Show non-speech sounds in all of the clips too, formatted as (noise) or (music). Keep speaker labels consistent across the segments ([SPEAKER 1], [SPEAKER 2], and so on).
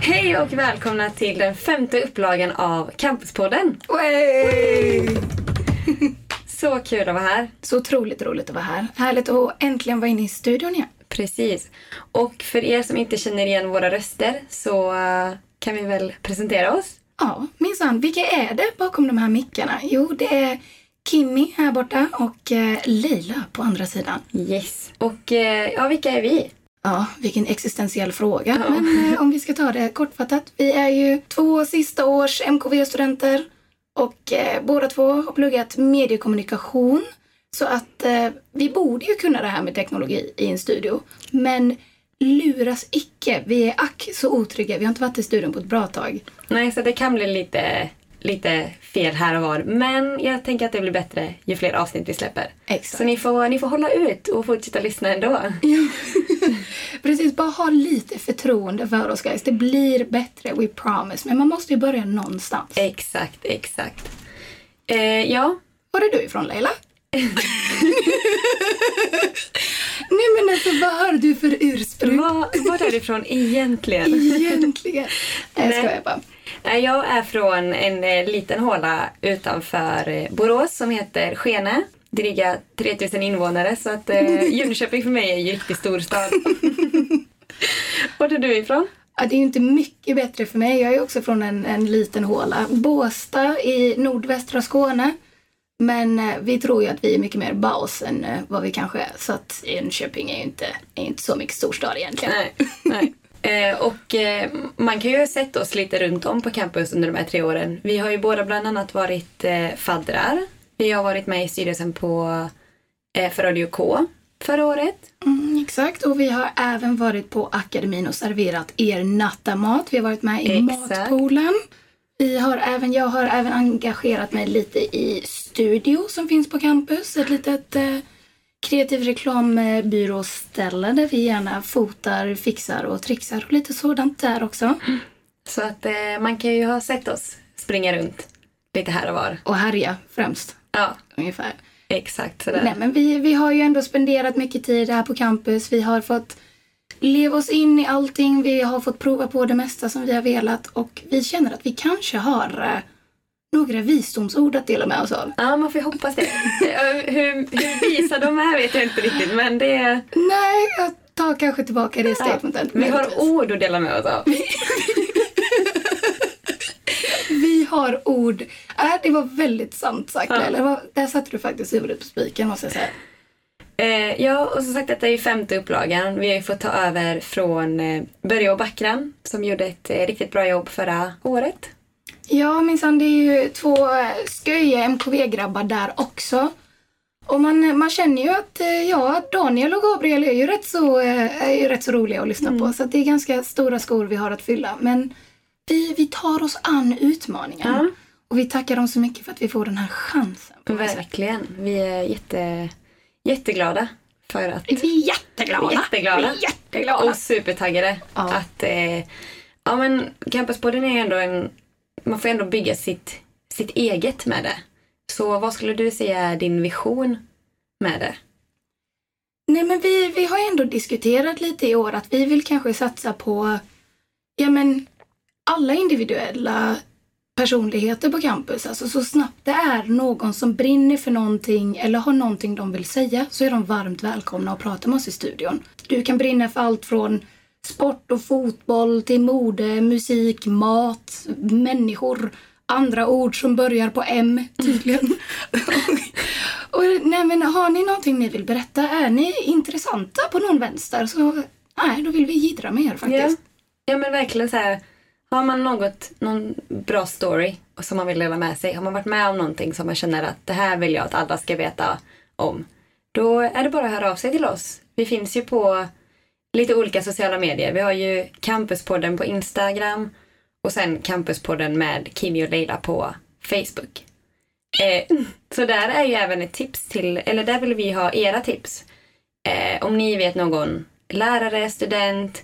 [SPEAKER 1] Hej och välkomna till den femte upplagan av Campuspodden.
[SPEAKER 2] Wey!
[SPEAKER 1] Så kul att vara här.
[SPEAKER 2] Så otroligt roligt att vara här. Härligt att äntligen vara inne i studion igen.
[SPEAKER 1] Precis. Och för er som inte känner igen våra röster så eh, kan vi väl presentera oss.
[SPEAKER 2] Ja, minsann. Vilka är det bakom de här mickarna? Jo, det är Kimmy här borta och eh, Leila på andra sidan.
[SPEAKER 1] Yes. Och eh, ja, vilka är vi?
[SPEAKER 2] Ja, vilken existentiell fråga. Men eh, om vi ska ta det kortfattat. Vi är ju två sista års MKV-studenter och eh, båda två har pluggat mediekommunikation. Så att eh, vi borde ju kunna det här med teknologi i en studio. Men luras icke. Vi är ack så otrygga. Vi har inte varit i studion på ett bra tag.
[SPEAKER 1] Nej, så det kan bli lite, lite fel här och var. Men jag tänker att det blir bättre ju fler avsnitt vi släpper.
[SPEAKER 2] Exakt.
[SPEAKER 1] Så ni får, ni får hålla ut och fortsätta lyssna (laughs) ändå.
[SPEAKER 2] (laughs) Precis, bara ha lite förtroende för oss guys. Det blir bättre, we promise. Men man måste ju börja någonstans.
[SPEAKER 1] Exakt, exakt. Eh, ja,
[SPEAKER 2] Var är du ifrån Leila? Nej men alltså vad har du för ursprung
[SPEAKER 1] var, var är du ifrån egentligen?
[SPEAKER 2] egentligen? Nej jag
[SPEAKER 1] Nej.
[SPEAKER 2] skojar bara.
[SPEAKER 1] Nej, Jag är från en eh, liten håla utanför eh, Borås som heter Skene. Dryga 3000 invånare så att eh, Jönköping för mig är ju en riktig storstad. Vart är du ifrån?
[SPEAKER 2] Ja, det är ju inte mycket bättre för mig. Jag är ju också från en, en liten håla. Båsta i nordvästra Skåne. Men eh, vi tror ju att vi är mycket mer baus än eh, vad vi kanske är. Så att Enköping är ju inte, är ju inte så mycket storstad egentligen.
[SPEAKER 1] Nej, nej. Eh, och eh, man kan ju ha sett oss lite runt om på campus under de här tre åren. Vi har ju båda bland annat varit eh, faddrar. Vi har varit med i styrelsen på eh, för Radio K förra året.
[SPEAKER 2] Mm, exakt, och vi har även varit på akademin och serverat er nattamat. Vi har varit med i
[SPEAKER 1] Exakt.
[SPEAKER 2] matpoolen. Vi har även, jag har även engagerat mig lite i Studio som finns på campus. Ett litet eh, kreativ reklambyråställe där vi gärna fotar, fixar och trixar och lite sådant där också.
[SPEAKER 1] Så att eh, man kan ju ha sett oss springa runt lite här och var.
[SPEAKER 2] Och härja främst,
[SPEAKER 1] Ja,
[SPEAKER 2] ungefär.
[SPEAKER 1] exakt sådär.
[SPEAKER 2] Nej, men vi, vi har ju ändå spenderat mycket tid här på campus. Vi har fått leva oss in i allting. Vi har fått prova på det mesta som vi har velat och vi känner att vi kanske har eh, några visdomsord att dela med oss av.
[SPEAKER 1] Ja, man får ju hoppas det. Eh, hur, hur visa de är vet jag inte riktigt, men det är...
[SPEAKER 2] Nej, jag tar kanske tillbaka det statementet.
[SPEAKER 1] Vi har
[SPEAKER 2] möjligtvis.
[SPEAKER 1] ord att dela med oss av.
[SPEAKER 2] vi har ord. Äh, det var väldigt sant sagt.
[SPEAKER 1] Ja.
[SPEAKER 2] Eller, vad- där satte du faktiskt huvudet på spiken måste jag säga.
[SPEAKER 1] Eh, ja, och som sagt, detta är ju femte upplagan. Vi har ju fått ta över från eh, Börje och Backran som gjorde ett eh, riktigt bra jobb förra året.
[SPEAKER 2] Ja, minsann. Det är ju två eh, sköja MKV-grabbar där också. Och man, man känner ju att eh, ja, Daniel och Gabriel är ju rätt så, eh, är ju rätt så roliga att lyssna
[SPEAKER 1] Mm.
[SPEAKER 2] på. Så att det är ganska stora skor vi har att fylla. Men vi, vi tar oss an utmaningen.
[SPEAKER 1] Ja.
[SPEAKER 2] Och vi tackar dem så mycket för att vi får den här chansen.
[SPEAKER 1] Verkligen. Vi är jätte, jätteglada för att...
[SPEAKER 2] Vi är jätteglada!
[SPEAKER 1] Vi är jätteglada.
[SPEAKER 2] Vi är jätteglada.
[SPEAKER 1] Och supertaggade.
[SPEAKER 2] Ja.
[SPEAKER 1] Att, eh, ja, men Campuspodden är ju ändå en... Man får ju ändå bygga sitt, sitt eget med det. Så vad skulle du säga är din vision med det?
[SPEAKER 2] Nej men vi, vi har ju ändå diskuterat lite i år att vi vill kanske satsa på ja, men, alla individuella personligheter på campus. Alltså så snabbt det är någon som brinner för någonting eller har någonting de vill säga så är de varmt välkomna att prata med oss i studion. Du kan brinna för allt från sport och fotboll till mode, musik, mat, människor, andra ord som börjar på M tydligen. och, nej men har ni någonting ni vill berätta? Är ni intressanta på någon vänster så nej, då vill vi jiddra med er faktiskt.
[SPEAKER 1] Ja. ja men verkligen så här. Har man något, någon bra story som man vill dela med sig, har man varit med om någonting som man känner att det här vill jag att alla ska veta om, då är det bara att höra av sig till oss. Vi finns ju på lite olika sociala medier. Vi har ju Campuspodden på Instagram och sen Campuspodden med Kimi och Leila på Facebook. Eh, så där är ju även ett tips till, eller där vill vi ha era tips. Eh, om ni vet någon lärare, student,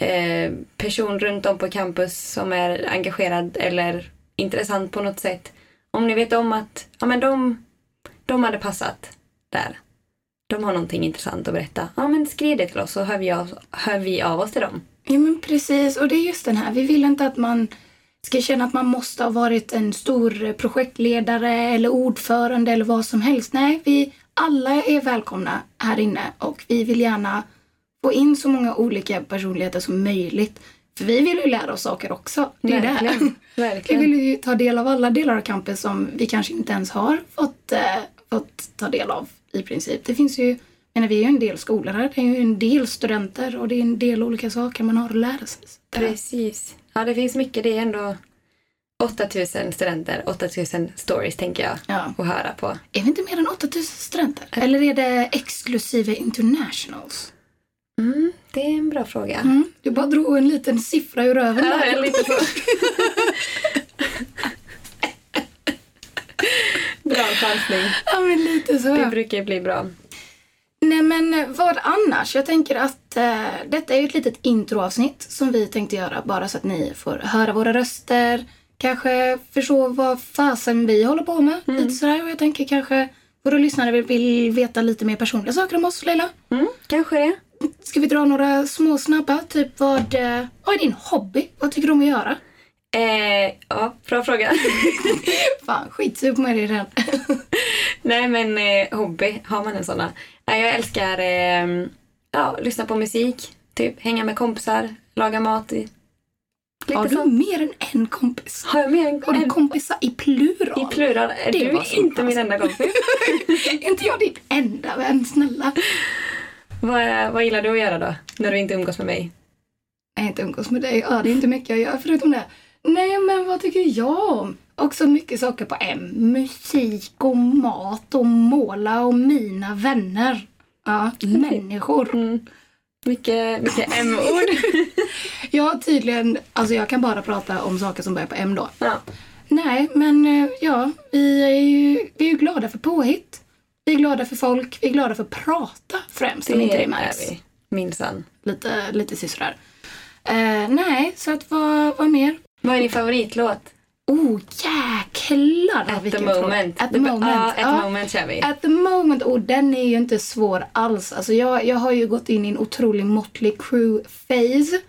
[SPEAKER 1] eh, person runt om på campus som är engagerad eller intressant på något sätt. Om ni vet om att ja, men de, de hade passat där, de har någonting intressant att berätta, ja men skriv det till oss så hör vi av, hör vi av oss till dem.
[SPEAKER 2] Ja men precis, och det är just den här, vi vill inte att man ska känna att man måste ha varit en stor projektledare eller ordförande eller vad som helst. Nej, vi alla är välkomna här inne och vi vill gärna få in så många olika personligheter som möjligt. För vi vill ju lära oss saker också. Det är det.
[SPEAKER 1] Verkligen.
[SPEAKER 2] (laughs) Vi
[SPEAKER 1] Verkligen.
[SPEAKER 2] vill ju ta del av alla delar av kampen som vi kanske inte ens har fått, eh, fått ta del av i princip. Det finns ju, men vi är ju en del skolor här, det är ju en del studenter och det är en del olika saker man har att lära sig.
[SPEAKER 1] Precis. Ja, det finns mycket. Det är ändå 8000 studenter, 8000 stories tänker jag
[SPEAKER 2] Ja.
[SPEAKER 1] att höra på.
[SPEAKER 2] Är vi inte mer än 8000 studenter? Eller är det exklusive internationals?
[SPEAKER 1] Mm, det är en bra fråga.
[SPEAKER 2] Mm. Du bara drog en liten siffra ur röven
[SPEAKER 1] Ja,
[SPEAKER 2] där.
[SPEAKER 1] jag är lite så. bra chansning.
[SPEAKER 2] Ja, men lite så.
[SPEAKER 1] Det brukar ju bli bra.
[SPEAKER 2] Nej men eh, vad annars? Jag tänker att eh, detta är ju ett litet introavsnitt som vi tänkte göra bara så att ni får höra våra röster, kanske förstå vad fasen vi håller på med.
[SPEAKER 1] Mm.
[SPEAKER 2] Lite sådär. Och jag tänker kanske våra lyssnare vill, vill veta lite mer personliga saker om oss Leila.
[SPEAKER 1] Mm, kanske det.
[SPEAKER 2] Ska vi dra några små snabba? Typ vad, eh, vad är din hobby? Vad tycker du om att göra?
[SPEAKER 1] Eh, ja, bra fråga. (laughs)
[SPEAKER 2] Fan, skitsur på mig redan.
[SPEAKER 1] Nej men eh, hobby, har man en sån? Nej, jag älskar eh, ja, lyssna på musik, typ hänga med kompisar, laga mat. i- Lite
[SPEAKER 2] Har du
[SPEAKER 1] sånt.
[SPEAKER 2] mer än en kompis?
[SPEAKER 1] Har jag med en,
[SPEAKER 2] Har du
[SPEAKER 1] en
[SPEAKER 2] kompisar i plural?
[SPEAKER 1] i plural? Är
[SPEAKER 2] Det
[SPEAKER 1] du
[SPEAKER 2] var
[SPEAKER 1] är
[SPEAKER 2] så
[SPEAKER 1] inte min
[SPEAKER 2] pass.
[SPEAKER 1] enda kompis.
[SPEAKER 2] är inte jag din enda vän? Snälla.
[SPEAKER 1] vad, vad gillar du att göra då? När du inte umgås med mig?
[SPEAKER 2] Nej, inte umgås med dig. Ja, det är inte mycket jag gör förutom det. Nej, men vad tycker jag om? Också mycket saker på M. Musik och mat och måla och mina vänner. Ja, människor.
[SPEAKER 1] Mm. Mycket, mycket M-ord.
[SPEAKER 2] Jag tydligen, alltså jag kan bara prata om saker som börjar på M då.
[SPEAKER 1] ja.
[SPEAKER 2] Nej, men eh, ja, vi är ju, vi är ju glada för påhitt. Vi är glada för folk, vi är glada för att prata främst, om inte det märks.
[SPEAKER 1] är vi. Minsann.
[SPEAKER 2] Lite, lite sisådär. Eh, nej, så att vad, vad mer?
[SPEAKER 1] Vad är din favoritlåt?
[SPEAKER 2] Oh jäklar!
[SPEAKER 1] At the
[SPEAKER 2] vilken fråga.
[SPEAKER 1] moment.
[SPEAKER 2] At the moment.
[SPEAKER 1] Ja, at the
[SPEAKER 2] ja.
[SPEAKER 1] moment kör vi.
[SPEAKER 2] At the moment, och den är ju inte svår alls. Alltså jag, jag har ju gått in i en otrolig Motley Crue-phase.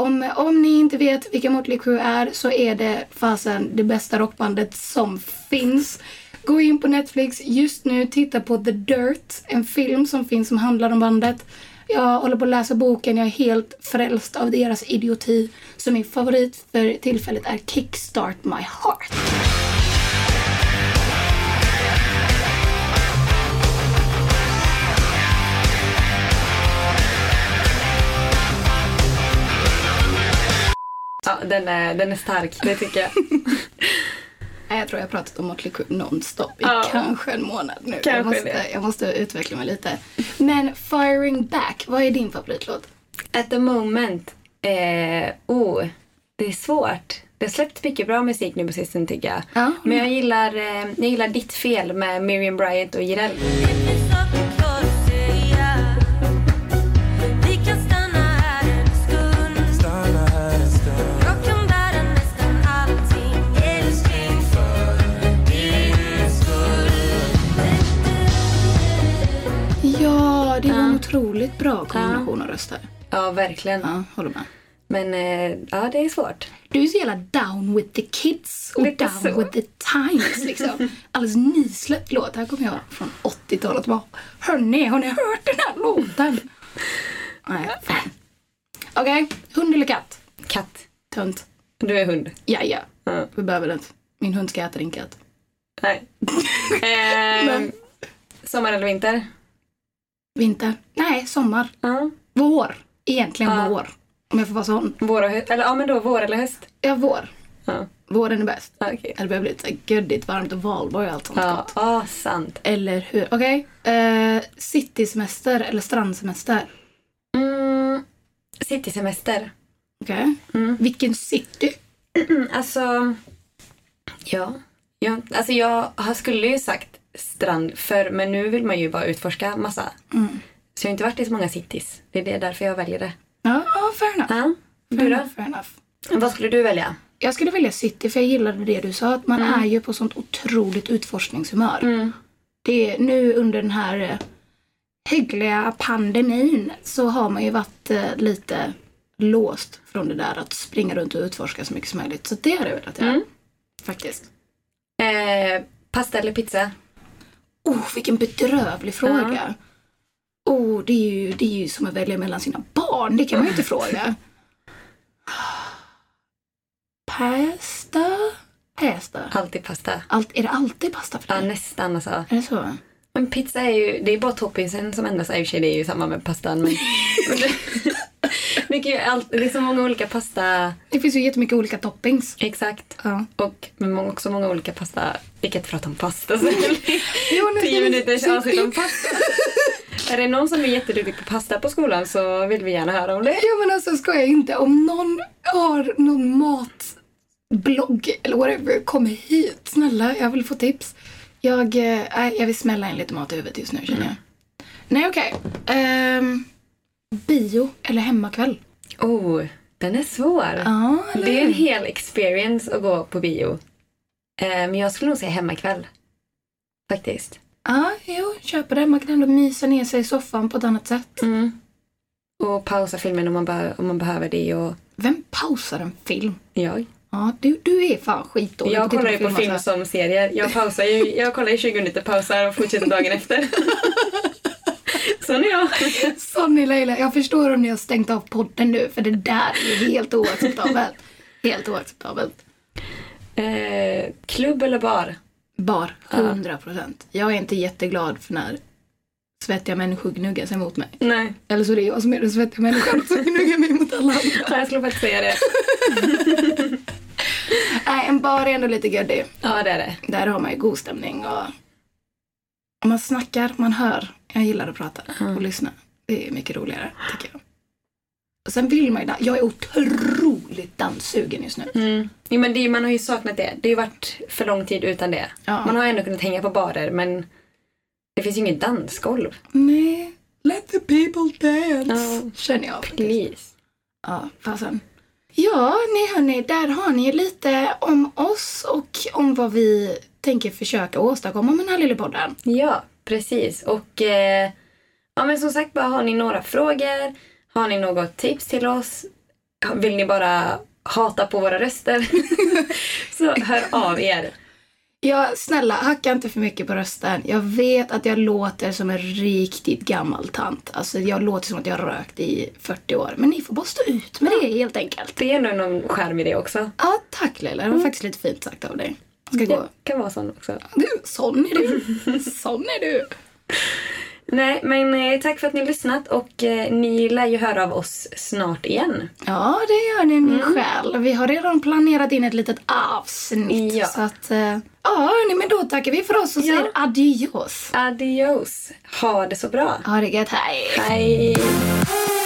[SPEAKER 2] Om, om ni inte vet vilka Motley Crue är så är det fasen det bästa rockbandet som finns. Gå in på Netflix just nu, titta på The Dirt, en film som finns som handlar om bandet. Jag håller på att läsa boken, jag är helt frälst av deras idioti. Så min favorit för tillfället är Kickstart My Heart.
[SPEAKER 1] Ja, den, är, den är stark, det tycker
[SPEAKER 2] (laughs)
[SPEAKER 1] jag.
[SPEAKER 2] Nej, jag tror jag har pratat om Motley Crue nonstop i
[SPEAKER 1] Ja.
[SPEAKER 2] kanske en månad nu.
[SPEAKER 1] Kanske
[SPEAKER 2] jag, måste,
[SPEAKER 1] det.
[SPEAKER 2] jag måste utveckla mig lite. Men Firing Back, vad är din favoritlåt?
[SPEAKER 1] At the moment. Eh, oh, det är svårt. Det har släppt mycket bra musik nu på sistone tycker jag.
[SPEAKER 2] Ja.
[SPEAKER 1] Men jag gillar, eh, jag gillar Ditt fel med Miriam Bryant och Jireel.
[SPEAKER 3] Vi kan stanna här en stund
[SPEAKER 4] Stanna här en stund
[SPEAKER 3] Jag kan bära nästan allting älskling för din skull
[SPEAKER 2] Ja, det var en otroligt bra kombination av röster.
[SPEAKER 1] Ja, verkligen.
[SPEAKER 2] Ja, håller med.
[SPEAKER 1] Men eh, ja, det är svårt.
[SPEAKER 2] Du är så jävla down with the kids och
[SPEAKER 1] Lite
[SPEAKER 2] down
[SPEAKER 1] så.
[SPEAKER 2] with the times liksom. (laughs) Alldeles nysläppt låt. Här kommer jag från 80-talet och bara Hörni, har ni hört den här låten? Nej, fan. Okej, hund eller katt?
[SPEAKER 1] Katt.
[SPEAKER 2] Tönt.
[SPEAKER 1] Du är hund.
[SPEAKER 2] Ja, ja.
[SPEAKER 1] Ja.
[SPEAKER 2] Vi behöver det. Min hund ska äta din katt. (laughs)
[SPEAKER 1] Nej. eh, sommar eller vinter?
[SPEAKER 2] Vinter. Nej, sommar.
[SPEAKER 1] Ja.
[SPEAKER 2] Vår. Egentligen
[SPEAKER 1] Ja.
[SPEAKER 2] vår. Om jag får vara sån.
[SPEAKER 1] Vår och höst? Eller ja, men då vår eller höst?
[SPEAKER 2] Ja, vår.
[SPEAKER 1] Ja,
[SPEAKER 2] Våren är bäst.
[SPEAKER 1] Ja, okej.
[SPEAKER 2] Det börjar bli lite så här göddigt varmt och valborg och allt sånt
[SPEAKER 1] Ja,
[SPEAKER 2] gott.
[SPEAKER 1] ja, sant.
[SPEAKER 2] Eller hur? Okej. Eh, citysemester eller strandsemester?
[SPEAKER 1] Mm, citysemester.
[SPEAKER 2] Okej.
[SPEAKER 1] Mm.
[SPEAKER 2] Vilken city?
[SPEAKER 1] Alltså, ja. ja. Alltså jag har- skulle ju sagt strand förr, men nu vill man ju bara utforska massa.
[SPEAKER 2] Mm.
[SPEAKER 1] Så jag har inte varit i så många cities. Det är det därför jag väljer det.
[SPEAKER 2] Ja, ja, fair enough.
[SPEAKER 1] Ja.
[SPEAKER 2] Fair
[SPEAKER 1] Du då?
[SPEAKER 2] enough, fair enough.
[SPEAKER 1] Mm. Vad skulle du välja?
[SPEAKER 2] Jag skulle välja city för jag gillade det du sa. Att man
[SPEAKER 1] Mm.
[SPEAKER 2] är ju på sånt otroligt utforskningshumör. Det är nu under den här eh, hyggliga pandemin så har man ju varit eh, lite låst från det där att springa runt och utforska så mycket som möjligt. Så det hade jag velat göra.
[SPEAKER 1] Mm.
[SPEAKER 2] Faktiskt.
[SPEAKER 1] Eh, pasta eller pizza?
[SPEAKER 2] Oh, vilken bedrövlig fråga. Oh, det är, ju, det är ju som att välja mellan sina barn. Det kan man
[SPEAKER 1] (laughs)
[SPEAKER 2] ju inte fråga. Pasta? Pasta?
[SPEAKER 1] Alltid pasta.
[SPEAKER 2] Allt, är det alltid pasta för
[SPEAKER 1] Ja,
[SPEAKER 2] dig?
[SPEAKER 1] nästan alltså.
[SPEAKER 2] Är det så?
[SPEAKER 1] Men pizza är ju, det är bara toppingsen som ändras. I och för sig det är ju samma med pastan (laughs) men. men det, det, kan ju allt, det är så många olika pasta.
[SPEAKER 2] Det finns ju jättemycket olika toppings.
[SPEAKER 1] Exakt.
[SPEAKER 2] Ja.
[SPEAKER 1] Och men må- också många olika pasta. Vi kan inte prata om pasta så det blir
[SPEAKER 2] Jo, nu-
[SPEAKER 1] tio
[SPEAKER 2] nu-
[SPEAKER 1] minuters
[SPEAKER 2] så-
[SPEAKER 1] avsnitt om pasta. Är det någon som är jätteduktig på pasta på skolan så vill vi gärna höra om det.
[SPEAKER 2] Ja men alltså ska jag inte. Om någon har någon matblogg eller whatever, kom hit. Snälla, jag vill få tips. Jag, eh, nej, jag vill smälla in lite mat i huvudet just nu känner jag.
[SPEAKER 1] Mm.
[SPEAKER 2] Nej okej. Ehm, bio eller hemmakväll?
[SPEAKER 1] Oh, den är svår.
[SPEAKER 2] Ja,
[SPEAKER 1] Det är en hel experience att gå på bio. Eh, Men jag skulle nog säga hemmakväll. Faktiskt.
[SPEAKER 2] Ja, jo, köper det. Man kan ändå mysa ner sig i soffan på ett annat sätt.
[SPEAKER 1] Och pausa filmen om man, be- om man behöver det. Och
[SPEAKER 2] Vem pausar en film?
[SPEAKER 1] jag.
[SPEAKER 2] Ja, du, du är fan skitdålig på
[SPEAKER 1] jag
[SPEAKER 2] att titta
[SPEAKER 1] kollar ju på
[SPEAKER 2] filmer,
[SPEAKER 1] film
[SPEAKER 2] alltså.
[SPEAKER 1] som serier. Jag, pausar ju, jag kollar i 20 minuter, pausar och fortsätter dagen (laughs) efter. Sån är jag.
[SPEAKER 2] Sonny Leila, jag förstår om ni har stängt av podden nu för det där är ju helt oacceptabelt. helt oacceptabelt.
[SPEAKER 1] Eh, klubb eller bar?
[SPEAKER 2] Bar, 100 procent. Jag är inte jätteglad för när svettiga människor gnuggar sig mot mig.
[SPEAKER 1] Nej,
[SPEAKER 2] Eller så är det jag som är den svettiga människan som gnuggar mig mot alla andra.
[SPEAKER 1] jag skulle faktiskt säga det.
[SPEAKER 2] Nej, en bar är ändå lite göddig.
[SPEAKER 1] Ja, det är det.
[SPEAKER 2] Där har man ju god stämning och och man snackar, man hör. Jag gillar att prata och lyssna. Det är mycket roligare, tycker jag. Och sen vill man ju dan- Jag är otroligt danssugen just nu.
[SPEAKER 1] Mm. Jo, men det, man har ju saknat det. Det har ju varit för lång tid utan det.
[SPEAKER 2] Ja.
[SPEAKER 1] Man har ändå kunnat hänga på barer, men det finns ju inget dansgolv.
[SPEAKER 2] Nej. Let the people dance.
[SPEAKER 1] Ja.
[SPEAKER 2] Känner jag.
[SPEAKER 1] Please.
[SPEAKER 2] Ja, fasen. Ja, nej hörni, där har ni lite om oss och om vad vi tänker försöka åstadkomma med den här lilla podden.
[SPEAKER 1] Ja, precis. Och eh, ja, men som sagt, bara har ni några frågor? Har ni något tips till oss? Vill ni bara hata på våra röster? (laughs) så hör av er.
[SPEAKER 2] Ja, snälla, hacka inte för mycket på rösten. Jag vet att jag låter som en riktigt gammal tant. Alltså, jag låter som att jag har rökt i 40 år. Men ni får bara stå ut med det helt enkelt.
[SPEAKER 1] Det är ändå någon charm i det också.
[SPEAKER 2] Ja, tack Leila.
[SPEAKER 1] Mm.
[SPEAKER 2] Det var faktiskt lite fint sagt av dig. Ska gå.
[SPEAKER 1] Det kan vara sån också.
[SPEAKER 2] Du, sån är du. Sån är du.
[SPEAKER 1] Nej, men eh, tack för att ni har lyssnat och eh, ni lär ju höra av oss snart igen.
[SPEAKER 2] Ja, det gör ni min
[SPEAKER 1] Mm.
[SPEAKER 2] själ. Vi har redan planerat in ett litet avsnitt.
[SPEAKER 1] Ja.
[SPEAKER 2] Så att, eh, ja hörni, men då tackar vi för oss och
[SPEAKER 1] Ja.
[SPEAKER 2] säger adios.
[SPEAKER 1] Adios! Ha det så bra!
[SPEAKER 2] Ha det gött, hej!
[SPEAKER 1] Hej!
[SPEAKER 3] Thank